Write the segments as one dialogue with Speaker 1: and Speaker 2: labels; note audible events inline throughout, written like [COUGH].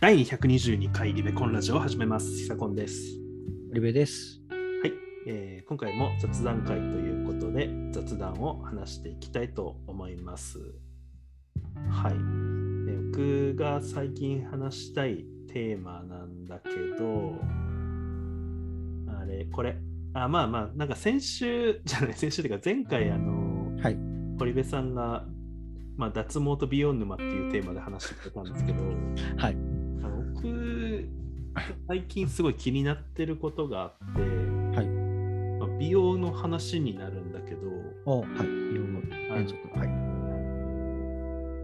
Speaker 1: 第222回リベコンラジオを始めます。ひさこんです。
Speaker 2: リベです。
Speaker 1: はい、えー今回も雑談会ということで雑談を話していきたいと思います。はい、えー僕が最近話したいテーマなんだけど、あれ、これ、あ、まあまあ、なんか先週じゃない、 [LAUGHS] 先週っていうか前回、あの、
Speaker 2: はい
Speaker 1: 堀部さんが、まあ、脱毛と美容沼っていうテーマで話してくれたんですけど、
Speaker 2: はい
Speaker 1: あの僕、最近すごい気になってることがあって、
Speaker 2: はい
Speaker 1: まあ美容の話になるんだけど
Speaker 2: おはい。いろいろ連続。は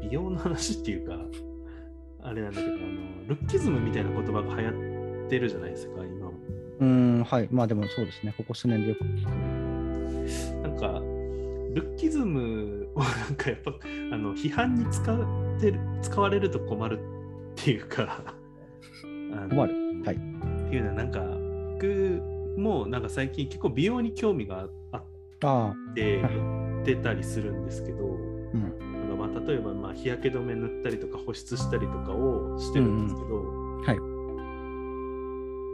Speaker 2: い。
Speaker 1: 美容の話っていうかあれなんだけどあのルッキズムみたいな言葉が流行ってるじゃないですか今も
Speaker 2: うーん、はい。まあでもそうですね。ここ数年でよく聞く。
Speaker 1: なんかルッキズムを [LAUGHS] なんかやっぱあの批判に使ってる使われると困るっていうかあの
Speaker 2: 困る。はい。
Speaker 1: っていうのはなんか僕もなんか最近結構美容に興味があって
Speaker 2: ああ、
Speaker 1: ってやってたりするんですけど、
Speaker 2: ん
Speaker 1: なんかまあ例えばまあ日焼け止め塗ったりとか保湿したりとかをしてるんですけど、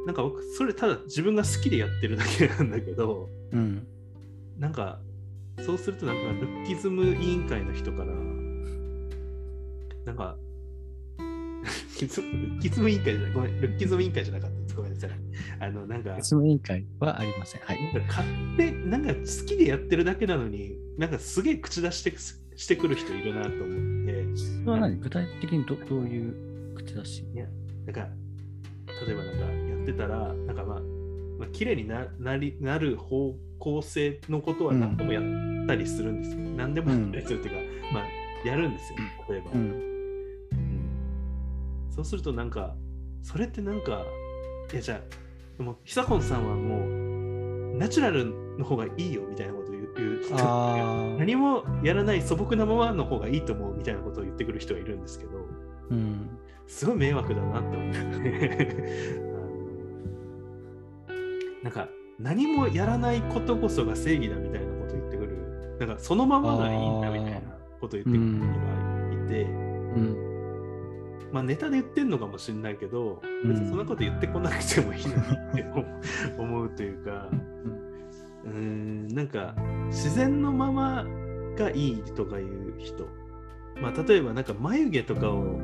Speaker 1: なんか僕それただ自分が好きでやってるだけなんだけど
Speaker 2: うん。
Speaker 1: なんかそうするとなんかルッキズム委員会の人からなんか [LAUGHS] ルッキズム委員会じゃないごめんルッキズム委員会じゃなかったですごめんなさいあのなんか
Speaker 2: 質問委員会はありません。はい。
Speaker 1: なんか買ってなんか好きでやってるだけなのになんかすげえ口出してくすしてくる人いるなと思って
Speaker 2: それは何具体的にどどういう口出し
Speaker 1: なんか例えばなんかやってたらなんかまあ、まあ、綺麗にななりなる方向性のことは
Speaker 2: うん
Speaker 1: 何でもやったりするんですよ、何でもやったりするっていうか、まあやるんですよ例えば、
Speaker 2: うん。
Speaker 1: うんそうするとなんかそれってなんかいやじゃあでも久本さんはもうナチュラルの方がいいよみたいなことを言う言う人
Speaker 2: ああ。
Speaker 1: 何もやらない素朴なままの方がいいと思うみたいなことを言ってくる人がいるんですけど
Speaker 2: うん。
Speaker 1: すごい迷惑だなって思ってあの [LAUGHS] なんか何もやらないことこそが正義だみたいなことを言ってくるなんかそのままがいいんだみたいなことを言ってくる人がいて、
Speaker 2: うん。
Speaker 1: まあネタで言ってんのかもしれないけど、
Speaker 2: うん
Speaker 1: 別にそんなこと言ってこなくてもいいのにって
Speaker 2: [LAUGHS]
Speaker 1: 思思うというか、うーん、なんか自然のままがいいとかいう人、まあ例えばなんか眉毛とかを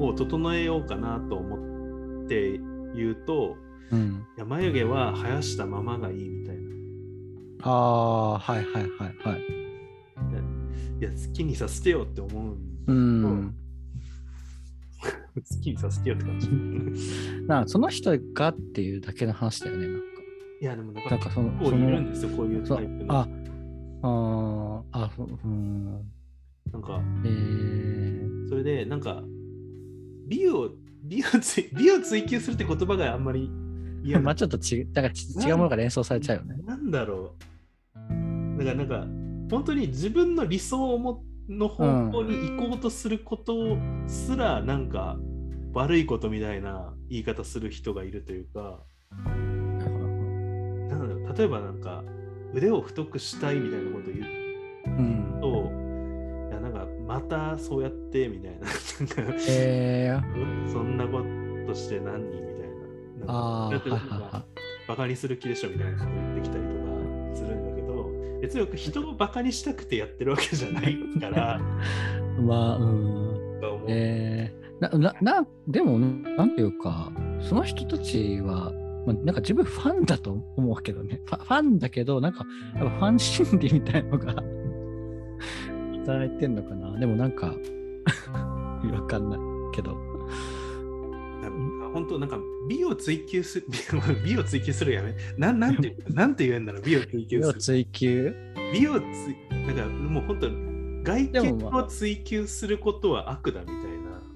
Speaker 1: を整えようかなと思って言うと、
Speaker 2: うん。
Speaker 1: いや眉毛は生やしたままがいいみたいな。
Speaker 2: ああ、はいはいはいはい。
Speaker 1: いや好きにさせてよって思うん
Speaker 2: う
Speaker 1: だ
Speaker 2: ん。
Speaker 1: 好きにさせてよって感じ。い
Speaker 2: なんかその人がっていうだけの話だよね。なんか。
Speaker 1: やでもなんか
Speaker 2: なんか
Speaker 1: 結
Speaker 2: その、
Speaker 1: 構
Speaker 2: そ
Speaker 1: いる
Speaker 2: の
Speaker 1: ん、ですよこういう
Speaker 2: そ
Speaker 1: タイプの。
Speaker 2: あ、ああ、あ、そううん。
Speaker 1: なんか
Speaker 2: えー、
Speaker 1: それでなんか美を美をつい美を追求するって言葉があんまり嫌
Speaker 2: [LAUGHS] ま
Speaker 1: な
Speaker 2: あちょっとちなんかち違うものが連想されちゃうよね。
Speaker 1: なんだろうだからなんか本当に自分の理想をもの方向に行こうとすることすらなんか悪いことみたいな言い方する人がいるというかなんだろう例えばなんか腕を太くしたいみたいなこと言う
Speaker 2: うん、
Speaker 1: といやなんかまたそうやってみたいななんか
Speaker 2: えー、
Speaker 1: そんなことして何人みたいな。
Speaker 2: あ
Speaker 1: なん
Speaker 2: ー
Speaker 1: か
Speaker 2: はいはいはい。
Speaker 1: バカにする気でしょみたいなこと言ってきたりとかするんだけど、別に僕人をバカにしたくてやってるわけじゃない
Speaker 2: [LAUGHS]
Speaker 1: から、
Speaker 2: まあ、うん。
Speaker 1: と思う
Speaker 2: えー、な、な、な、でも、なんていうか、その人たちは、まあ、なんか自分ファンだと思うけどね。ファファンだけど、なんか、やっぱファン心理みたいのが [LAUGHS] 働いてんのかな。でもなんか、 [LAUGHS] わかんないけど。
Speaker 1: なんか本当なんか美を追求する [LAUGHS] 美を追求するやめなんなん
Speaker 2: [LAUGHS]
Speaker 1: ていうなんて言うんだろう美を追求
Speaker 2: 要
Speaker 1: す
Speaker 2: は
Speaker 1: る
Speaker 2: 追求
Speaker 1: 美をつなんかもう本当外
Speaker 2: で
Speaker 1: 見
Speaker 2: もまあ
Speaker 1: を追求することは悪だみたいな、
Speaker 2: う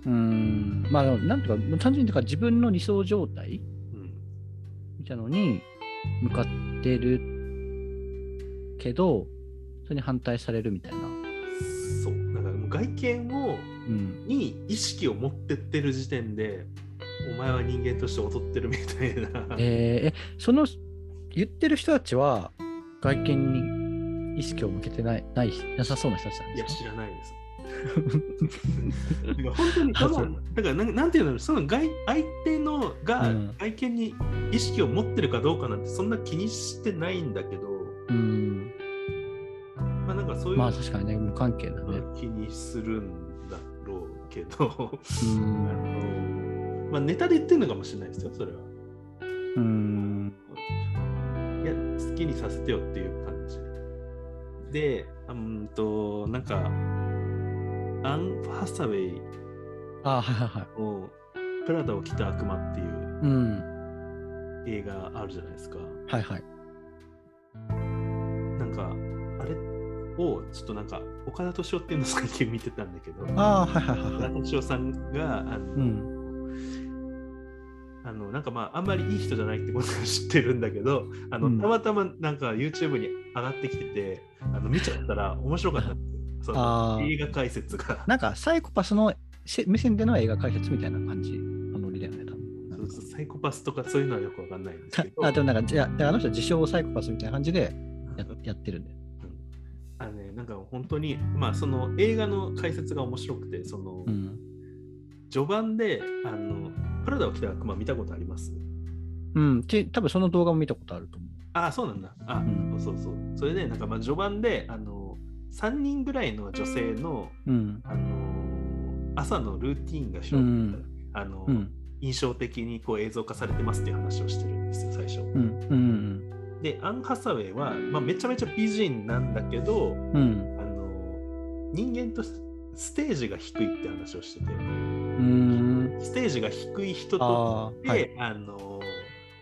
Speaker 2: ーん。まあ、でもなんとか、単純にだから自分の理想状態
Speaker 1: うん、
Speaker 2: みたいなのに向かってるけど、それに反対されるみたいな。
Speaker 1: そうなんかもう外見を
Speaker 2: うん。
Speaker 1: に意識を持ってってる時点でお前は人間として劣ってるみたいな、
Speaker 2: えーえ、その言ってる人たちは外見に意識を向けてない、ない、なさそうな人たちなん
Speaker 1: い
Speaker 2: で
Speaker 1: や
Speaker 2: す [LAUGHS]
Speaker 1: 知らないですなんか本当に
Speaker 2: あ
Speaker 1: た
Speaker 2: そ
Speaker 1: だ
Speaker 2: う
Speaker 1: だからなんなんていうんだろうその外相手のが
Speaker 2: うん
Speaker 1: 外見に意識を持ってるかどうかなんてそんな気にしてないんだけど、
Speaker 2: うん。
Speaker 1: まあ、なんかそういう
Speaker 2: ま
Speaker 1: の
Speaker 2: あ確かにね、無関係だね。
Speaker 1: は気にするんだろうけど、 [LAUGHS]
Speaker 2: う
Speaker 1: あの
Speaker 2: ん。
Speaker 1: まあ、ネタで言ってるのかもしれないですよそれは。
Speaker 2: うん。
Speaker 1: いや好きにさせてよっていう感じでうーんとなんかアン・ハサウェイ
Speaker 2: あはいはいはい。
Speaker 1: の「プラダを着た悪魔」っていう
Speaker 2: うん。
Speaker 1: 映画あるじゃないですか
Speaker 2: はいはい。
Speaker 1: なんかあれをちょっとなんか岡田敏夫っていうのを最近見てたんだけど岡
Speaker 2: ああ、はいはいはいは
Speaker 1: 田
Speaker 2: い。
Speaker 1: 敏夫さんがあの,、
Speaker 2: うん。
Speaker 1: あのなんかまああんまりいい人じゃないってことは知ってるんだけどあの、
Speaker 2: うん
Speaker 1: たまたまなんか YouTube に上がってきててあの見ちゃったら面白かったんですよそ
Speaker 2: あ
Speaker 1: の
Speaker 2: ー
Speaker 1: 映画解説が。
Speaker 2: なんかサイコパスのせ目線での映画解説みたいな感じのノリだよね、多分。なんか
Speaker 1: サイコパスとかそういうのはよくわかんないんですけど、
Speaker 2: あ
Speaker 1: あ
Speaker 2: でもなんか、じゃあであの人は自称サイコパスみたいな感じでややってるんで。
Speaker 1: のね、なんか本当に、まあ、その映画の解説が面白くて、その
Speaker 2: うん。
Speaker 1: 序盤で、あのプラダを着た悪魔見たことあります
Speaker 2: うん。て多分その動画も見たことあると思う。
Speaker 1: ああ、そうなんだ。あ、
Speaker 2: うん
Speaker 1: そうそう。それで、なんかまあ序盤で、あの3人ぐらいの女性の、
Speaker 2: うん。
Speaker 1: あの朝のルーティーンがしょ、
Speaker 2: うん
Speaker 1: あの
Speaker 2: うん。
Speaker 1: 印象的にこう映像化されてますっていう話をしてるんですよ、最初。
Speaker 2: うん。うん。
Speaker 1: で、アン・ハサウェイは、まあ、めちゃめちゃ美人なんだけど、
Speaker 2: うん。
Speaker 1: あの人間としてステージが低いって話をしてて
Speaker 2: うん。
Speaker 1: ステージが低い人と
Speaker 2: あ
Speaker 1: して
Speaker 2: あ、
Speaker 1: あ、
Speaker 2: はい。
Speaker 1: の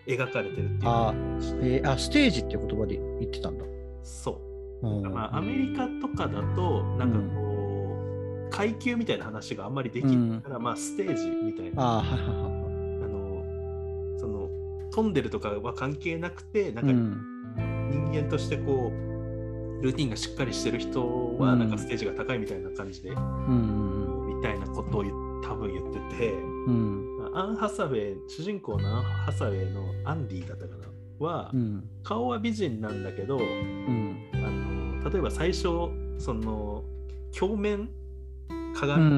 Speaker 1: 描かれてるっていう
Speaker 2: あ
Speaker 1: 話
Speaker 2: ー
Speaker 1: で
Speaker 2: えーあ、ステージっていう言葉で言ってたんだ。
Speaker 1: そう、
Speaker 2: うん
Speaker 1: まあ、アメリカとかだとなんかこう、階級みたいな話があんまりできないから、まあステージみたいなあ
Speaker 2: ああ、はいはいはいはい。
Speaker 1: のその飛んでるとかは関係なくてなん
Speaker 2: う
Speaker 1: か
Speaker 2: ん。
Speaker 1: 人間としてこうルーティンがしっかりしてる人は
Speaker 2: うん
Speaker 1: なんかステージが高いみたいな感じで、
Speaker 2: うん。
Speaker 1: みたいなことを言っ多分言ってて。
Speaker 2: うん。
Speaker 1: アン・ハサウェイ主人公のアン・ハサウェイのアンディだったかなは、
Speaker 2: うん。
Speaker 1: 顔は美人なんだけど
Speaker 2: うん。
Speaker 1: あの例えば最初その鏡面
Speaker 2: うん。う
Speaker 1: 鏡、
Speaker 2: ん。う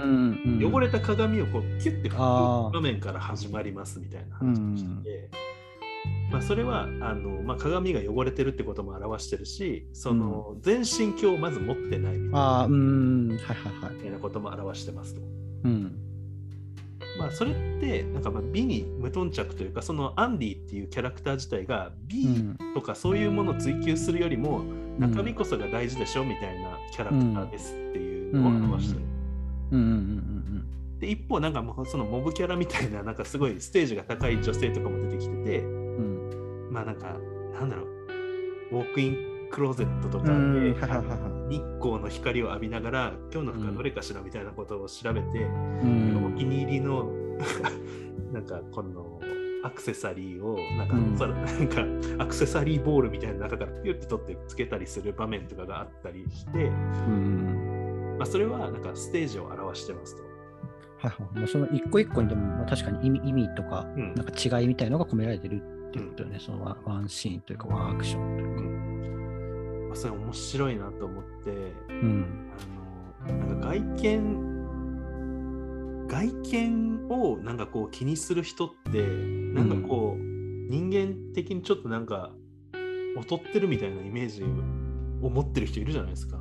Speaker 2: ん
Speaker 1: 汚れた鏡をこうキュッて拭
Speaker 2: あー
Speaker 1: く場面から始まりますみたいな話をしてて、まあ、それはあの、まあ、鏡が汚れてるってことも表してるしその、全身鏡をまず持ってないみたいな
Speaker 2: ああ、うん。はいはいはい。
Speaker 1: みたいなことも表してますと。
Speaker 2: うん。
Speaker 1: まあ、それってなんかまあ美に無頓着というかそのアンディっていうキャラクター自体が
Speaker 2: う
Speaker 1: 美
Speaker 2: ん。
Speaker 1: とかそういうものを追求するよりも
Speaker 2: うん
Speaker 1: 中身こそが大事でしょみたいなキャラクターですっていうのを表してる。
Speaker 2: うん。うん。
Speaker 1: で一方なんかもうそのモブキャラみたいななんかすごいステージが高い女性とかも出てきてて
Speaker 2: うん。うん。
Speaker 1: まあなんかなんだろうウォークインクローゼットとか
Speaker 2: う
Speaker 1: で
Speaker 2: ん。はいはいはいは
Speaker 1: 日光の光を浴びながら今日の服はどれかしらみたいなことを調べて。
Speaker 2: い。うん。
Speaker 1: お気に入りの [LAUGHS] なんかこのアクセサリーをなんか,、
Speaker 2: うん
Speaker 1: それなんかアクセサリーボールみたいな中からピュッて取ってつけたりする場面とかがあったりして、
Speaker 2: うん。
Speaker 1: まあ、それはなんかステージを表してますと。
Speaker 2: はいはい。まあ、その一個一個にでも、まあ、確かに意味意味とか、
Speaker 1: うん
Speaker 2: なんか違いみたいのが込められてるっていうことよね。そのワンワンシーンというか、ワンアクションというか。
Speaker 1: まあ、それ面白いなと思って
Speaker 2: うん。
Speaker 1: あのなんか外見外見をなんかこう気にする人ってなんかこう、人間的にちょっとなんか劣ってるみたいなイメージを持ってる人いるじゃないです [LAUGHS] か。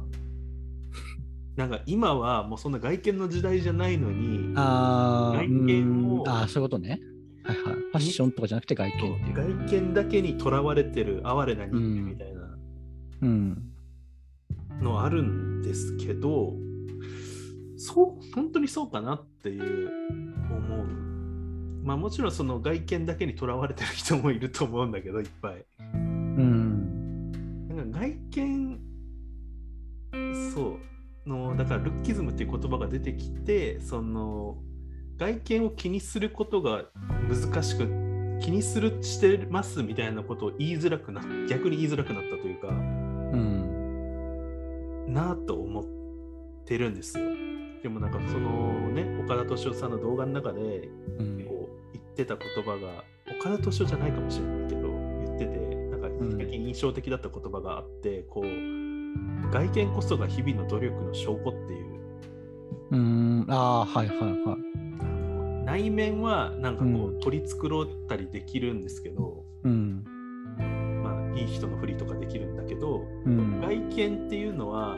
Speaker 1: なんか今はもうそんな外見の時代じゃないのに
Speaker 2: ああ、
Speaker 1: 外見を
Speaker 2: うんあーそういうことね。はいはい。ファッションとかじゃなくて外見
Speaker 1: そう
Speaker 2: っていう。
Speaker 1: 外見だけにとらわれてる哀れな人間みたいな。
Speaker 2: うん。
Speaker 1: のあるんですけどそう本当にそうかなっていう思うまあもちろんその外見だけにとらわれてる人もいると思うんだけどいっぱい
Speaker 2: うん。
Speaker 1: なんか外見そうのだからルッキズムっていう言葉が出てきてその外見を気にすることが難しく気にするしてますみたいなことを言いづらくな逆に言いづらくなったというか
Speaker 2: うん。
Speaker 1: なぁと思ってるんですよ。でもなんかそのね岡田敏夫さんの動画の中で
Speaker 2: うん。
Speaker 1: こう言ってた言葉が岡田敏夫じゃないかもしれないけど言っててなんか
Speaker 2: ん
Speaker 1: 最近印象的だった言葉があって、こう外見こそが日々の努力の証拠っていう
Speaker 2: うーん、ああ、はいはいはい。
Speaker 1: あの内面はなんかこう、
Speaker 2: うん
Speaker 1: 取り繕ったりできるんですけど、
Speaker 2: うん、
Speaker 1: まあ、いい人のふりとかできるんだけど
Speaker 2: うん。
Speaker 1: 外見っていうのは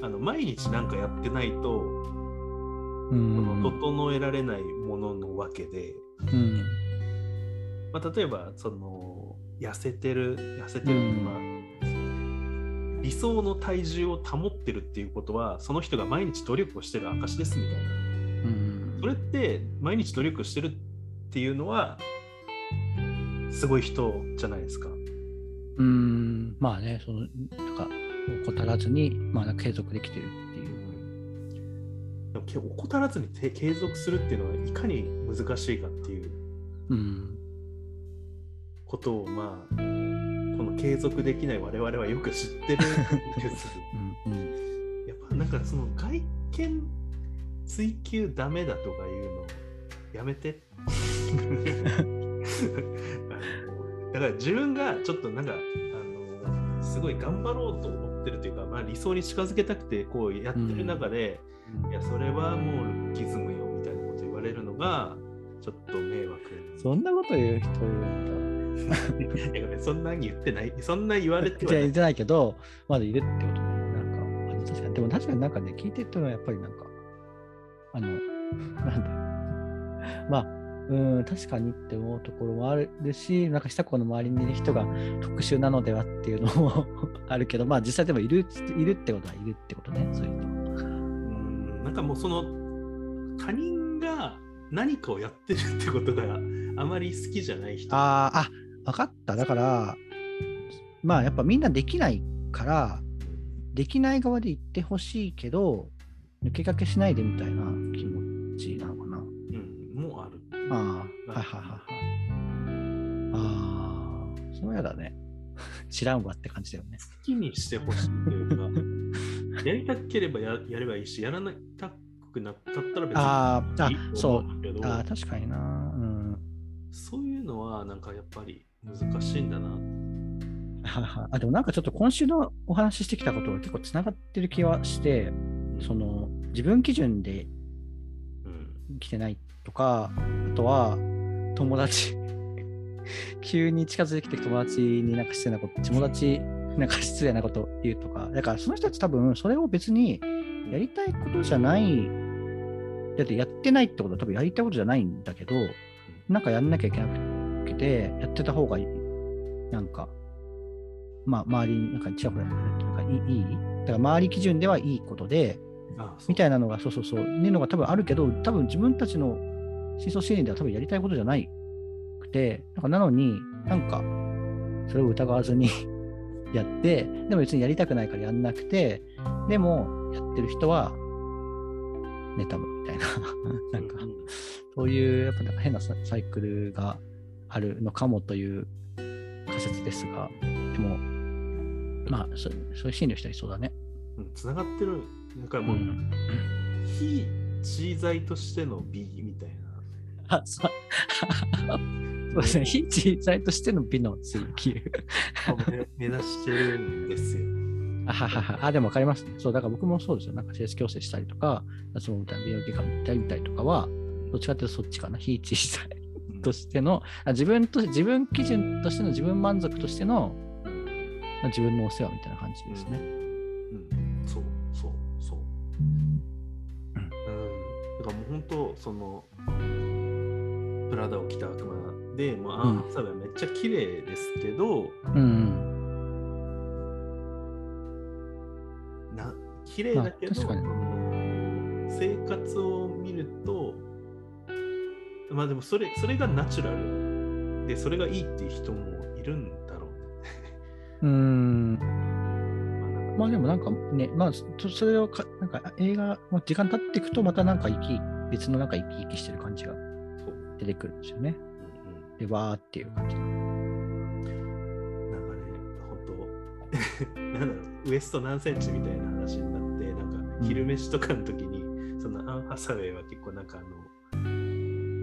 Speaker 1: あの毎日なんかやってないと、
Speaker 2: う
Speaker 1: こ
Speaker 2: ん
Speaker 1: の整えられないもののわけで、
Speaker 2: うん
Speaker 1: まあ、例えばその痩せてる痩せてるってまあ理想の体重を保ってるっていうことはその人が毎日努力をしてる証ですみたいな。
Speaker 2: うん
Speaker 1: それって毎日努力してるっていうのはすごい人じゃないですか。
Speaker 2: うん、まあね、その、なんか、怠らずに、まあ、なんか継続できてるっていう。
Speaker 1: でもけ怠らずにて継続するっていうのはいかに難しいかっていう
Speaker 2: うん、
Speaker 1: ことをまあこの継続できない我々はよく知ってるんです。
Speaker 2: うん、うん。
Speaker 1: やっぱなんかその外見追求ダメだとかいうのやめて。あのだから自分がちょっとなんかあのすごい頑張ろうと思ってるというか、まあ、理想に近づけたくてこうやってる中で、いやそれはもうルッキズムよみたいなこと言われるのがちょっと迷惑
Speaker 2: そんなこと言う人いる
Speaker 1: い
Speaker 2: ん
Speaker 1: やそんなに言ってないそんな言われて
Speaker 2: だ。じゃ
Speaker 1: はない
Speaker 2: じゃないけど、まだいるってことね。なんか、あ確かに、でも確かになんかね、聞いてるのはやっぱりなんか、あの、なんだろうま [LAUGHS] あ、うん、確かにって思うところもあるし、なんか下子の周りにいる人が特殊なのではっていうのも [LAUGHS] あるけど、まあ実際でもいる、いるってことはいるってことね、そういう人。
Speaker 1: うんなんかもうその他人が何かをやってるってことがあまり好きじゃない人
Speaker 2: あーあ分かっただからまあやっぱみんなできないからできない側で言ってほしいけど抜け駆けしないでみたいな気持ちなのかな
Speaker 1: うん、もうある。
Speaker 2: ああはいはいはいはいああそうやだね [LAUGHS] 知らんわって感じだよね
Speaker 1: 好きにしてほしいという
Speaker 2: [LAUGHS]
Speaker 1: か、やりたければややればいいし、やらなたくなったったら別
Speaker 2: あーあ
Speaker 1: いいと
Speaker 2: そ
Speaker 1: 思
Speaker 2: う
Speaker 1: うけど
Speaker 2: ああ確かになうん [LAUGHS]
Speaker 1: そういうのはなんかやっぱり難しいんだな。
Speaker 2: はいはいあでもなんかちょっと今週のお話ししてきたことが結構つながってる気はしてその自分基準で
Speaker 1: うん、
Speaker 2: 来てないとかあとは友達 [LAUGHS] 急に近づいてきて友達になんか失礼なこと友達なんか失礼なこと言うとかだからその人たち多分それを別にやりたいことじゃないだってやってないってことは多分やりたいことじゃないんだけどなんかやんなきゃいけなくてやってた方がいいなんかまあ周りになんかちらほらなんかいいいいだから周り基準ではいいことで
Speaker 1: あそう
Speaker 2: みたいなのが、そうそうそう、ねのが多分あるけど、多分自分たちの思想心理では多分やりたいことじゃないくて、なんかなのに、なんか、それを疑わずに [LAUGHS] やって、でも別にやりたくないからやんなくて、でも、やってる人は、妬むみたいな、 [LAUGHS] なんか
Speaker 1: う、
Speaker 2: そういう、やっぱなんか変なササイクルがあるのかもという仮説ですが、でも、まあ、そそういう心理をしたりそうだね。
Speaker 1: うん、つながってる。なんかもう、
Speaker 2: [LAUGHS]
Speaker 1: 非知財としての美みたいな。
Speaker 2: あ、そう。そうですね。非知財としての美の追求。
Speaker 1: 目指してるんですよ。
Speaker 2: [LAUGHS] あはははあ、でも分かります、ね。そう、だから僕もそうですよ。なんか性矯正したりとか、脱毛みたいな美容外科みたいみたいとかは、どっちかっていうとそっちかな。非知財としての、あ自分と、自分基準としての自分満足としての、まあ自分のお世話みたいな感じですね。
Speaker 1: うん、そうそうそう。
Speaker 2: うん
Speaker 1: うん。だからもう本当そのプラダを着た悪魔で、まあ、
Speaker 2: うん
Speaker 1: アンサーはめっちゃ綺麗ですけど、
Speaker 2: うん。
Speaker 1: な綺麗だけど、
Speaker 2: まあ確かに
Speaker 1: その生活を見ると、まあでもそれそれがナチュラルでそれがいいっていう人もいるんだろう
Speaker 2: うん。
Speaker 1: ね。まあなんか
Speaker 2: まあでもなんかね、まあ、そそれをか、なんか映画、まあ時間経っていくと、またなんか生き、別のなんか生き生きしてる感じが
Speaker 1: そう。
Speaker 2: 出てくるんですよね。
Speaker 1: うんうん
Speaker 2: で、わーっていう感じ。
Speaker 1: なんかね、本当 [LAUGHS] なんだろう、ウエスト何センチみたいな話になって、なん
Speaker 2: うん
Speaker 1: か昼飯とかの時に、そのアン・ハサウェイは結構なんかあの、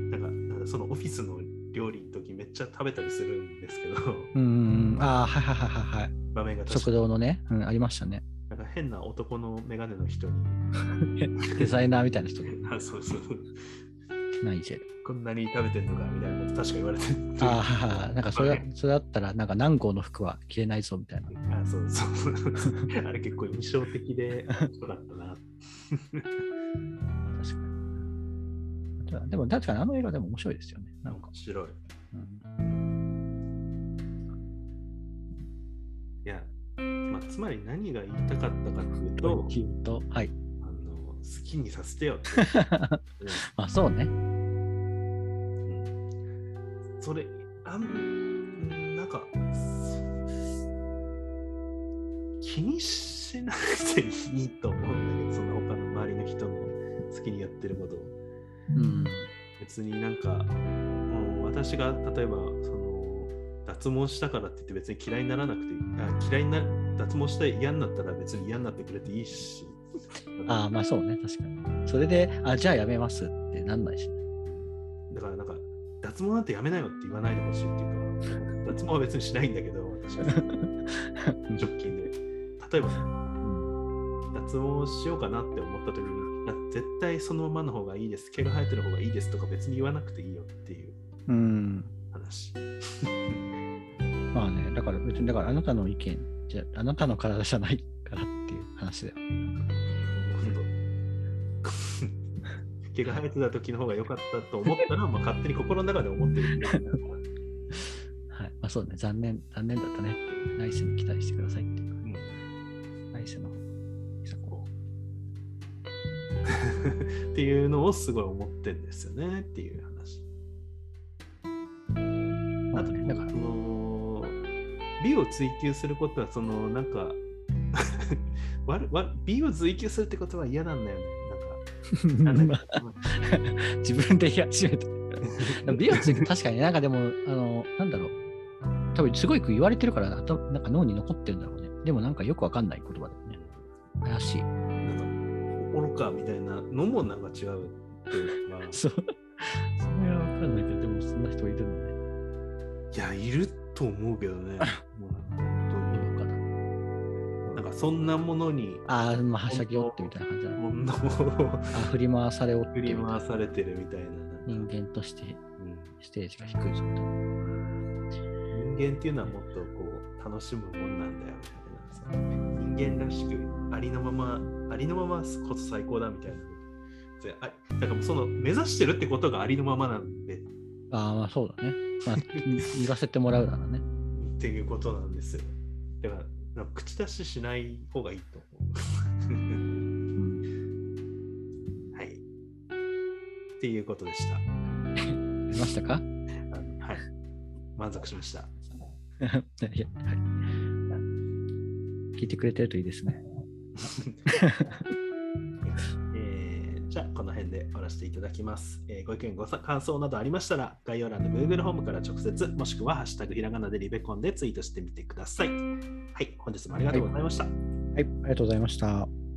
Speaker 1: なんかなんかそのオフィスの料理の時めっちゃ食べたりするんですけど、 [LAUGHS]
Speaker 2: うんうんうん。ああ、はいはいはいはいはい。
Speaker 1: 場面が確か
Speaker 2: 食堂のね、うん、ありましたね。
Speaker 1: なんか変な男の眼鏡の人に、
Speaker 2: デザイナーみたいな人が
Speaker 1: あそうそうそう
Speaker 2: ナイジェル。
Speaker 1: こんなに食べてんのかみたいなこと確か言われて
Speaker 2: ああ、なんかそれそれだったら、なんか何号の服は着れないぞみたいな。
Speaker 1: あそうそうそう。あれ結構印象的で、よかったな。
Speaker 2: 確かに。ただでも確かにあの映画でも面白いですよね。な
Speaker 1: なんん
Speaker 2: か
Speaker 1: か。白い。
Speaker 2: うん
Speaker 1: いや、まあ、つまり何が言いたかったかっていうと、
Speaker 2: キュンと、 [LAUGHS] はい。
Speaker 1: あの好きにさせてよって、
Speaker 2: まあそうね。
Speaker 1: うん [LAUGHS] それ、あん、うんなんか、気にしなくていいと思うんだけど、その他の周りの人の好きにやってることを。
Speaker 2: うん。
Speaker 1: 別になんか、うん、私が例えばその脱毛したからって言って別に嫌いにならなくてあ嫌いにな脱毛して嫌になったら別に嫌になってくれていい [LAUGHS] し
Speaker 2: ああ、まあそうね。確かに。それで、あ、じゃあやめますってなんないしね。
Speaker 1: だからなんか脱毛なんてやめなよって言わないでほしいっていうか脱毛は別にしないんだけど私
Speaker 2: [LAUGHS]
Speaker 1: は直近で例えば脱毛しようかなって思った時にいや絶対そのままの方がいいです毛が生えてる方がいいですとか別に言わなくていいよっていう
Speaker 2: うん。
Speaker 1: 話
Speaker 2: まあね、だから別に、だからあなたの意見じゃ、あなたの体じゃないからっていう話だよ。
Speaker 1: 本当 [LAUGHS] 毛が生えてた時の方が良かったと思ったら、まあ、勝手に心の中で思ってるんで
Speaker 2: はい。まあそうね、残念、残念だったね。来世に期待してくださいっていう。
Speaker 1: ん
Speaker 2: 来世の方そこ
Speaker 1: っていうのをすごい思ってんですよねっていう話。
Speaker 2: ま
Speaker 1: あ
Speaker 2: あ
Speaker 1: と
Speaker 2: ね、
Speaker 1: [LAUGHS]
Speaker 2: だから
Speaker 1: そ、の美を追求することはそのなんか [LAUGHS] わわ美を追求するってことは嫌なんだよね。なんかなんだか
Speaker 2: [LAUGHS] 自分で言い始めた。 [LAUGHS] でも美容室確かになんかでも、あの、なんだろう。多分すごい言われてるから、頭なんか脳に残ってるんだろうね。でもなんかよくわかんない言葉だよね。怪
Speaker 1: [LAUGHS]
Speaker 2: しい。
Speaker 1: なんか愚かみたいなのもなんか違うっていうか。
Speaker 2: そう。それはわかんないけど、でもそんな人いるのね。
Speaker 1: いや、いると思うけどね。もう本
Speaker 2: 今から。
Speaker 1: 当になんかそんなものに、
Speaker 2: ああ、まあ、はしゃぎおってみたいな感じだな。
Speaker 1: こんなものを
Speaker 2: あ振り回されおって
Speaker 1: 振
Speaker 2: みた
Speaker 1: り
Speaker 2: いな
Speaker 1: 回されてるみたいな。なんか
Speaker 2: 人間として
Speaker 1: うん
Speaker 2: ステージが低いぞと。
Speaker 1: 人間っていうのはもっとこう楽しむもんなんだよみたいなさ。人間らしくありのまま、ありのままこそ最高だみたいな。であだからもうその目指してるってことがありのままなんでっ
Speaker 2: ああ、まあそうだね。まあ、 [LAUGHS] 言わせてもらうならね。
Speaker 1: ていうことなんですよ。だからなんか口出ししない方がいいと思う。 [LAUGHS]
Speaker 2: うん
Speaker 1: はい。っていうことでした。
Speaker 2: 見ましたか [LAUGHS]
Speaker 1: あのはい。満足しました。
Speaker 2: いやはい聞いてくれてるといいですね。
Speaker 1: えーじゃあこの辺で終わらせていただきます、えーご意見ごさ感想などありましたら概要欄の Google ホームから直接もしくは「ハッシュタグひらがな」でリベコンでツイートしてみてくださいはい本日もありがとうございました、
Speaker 2: はい、ありがとうございました。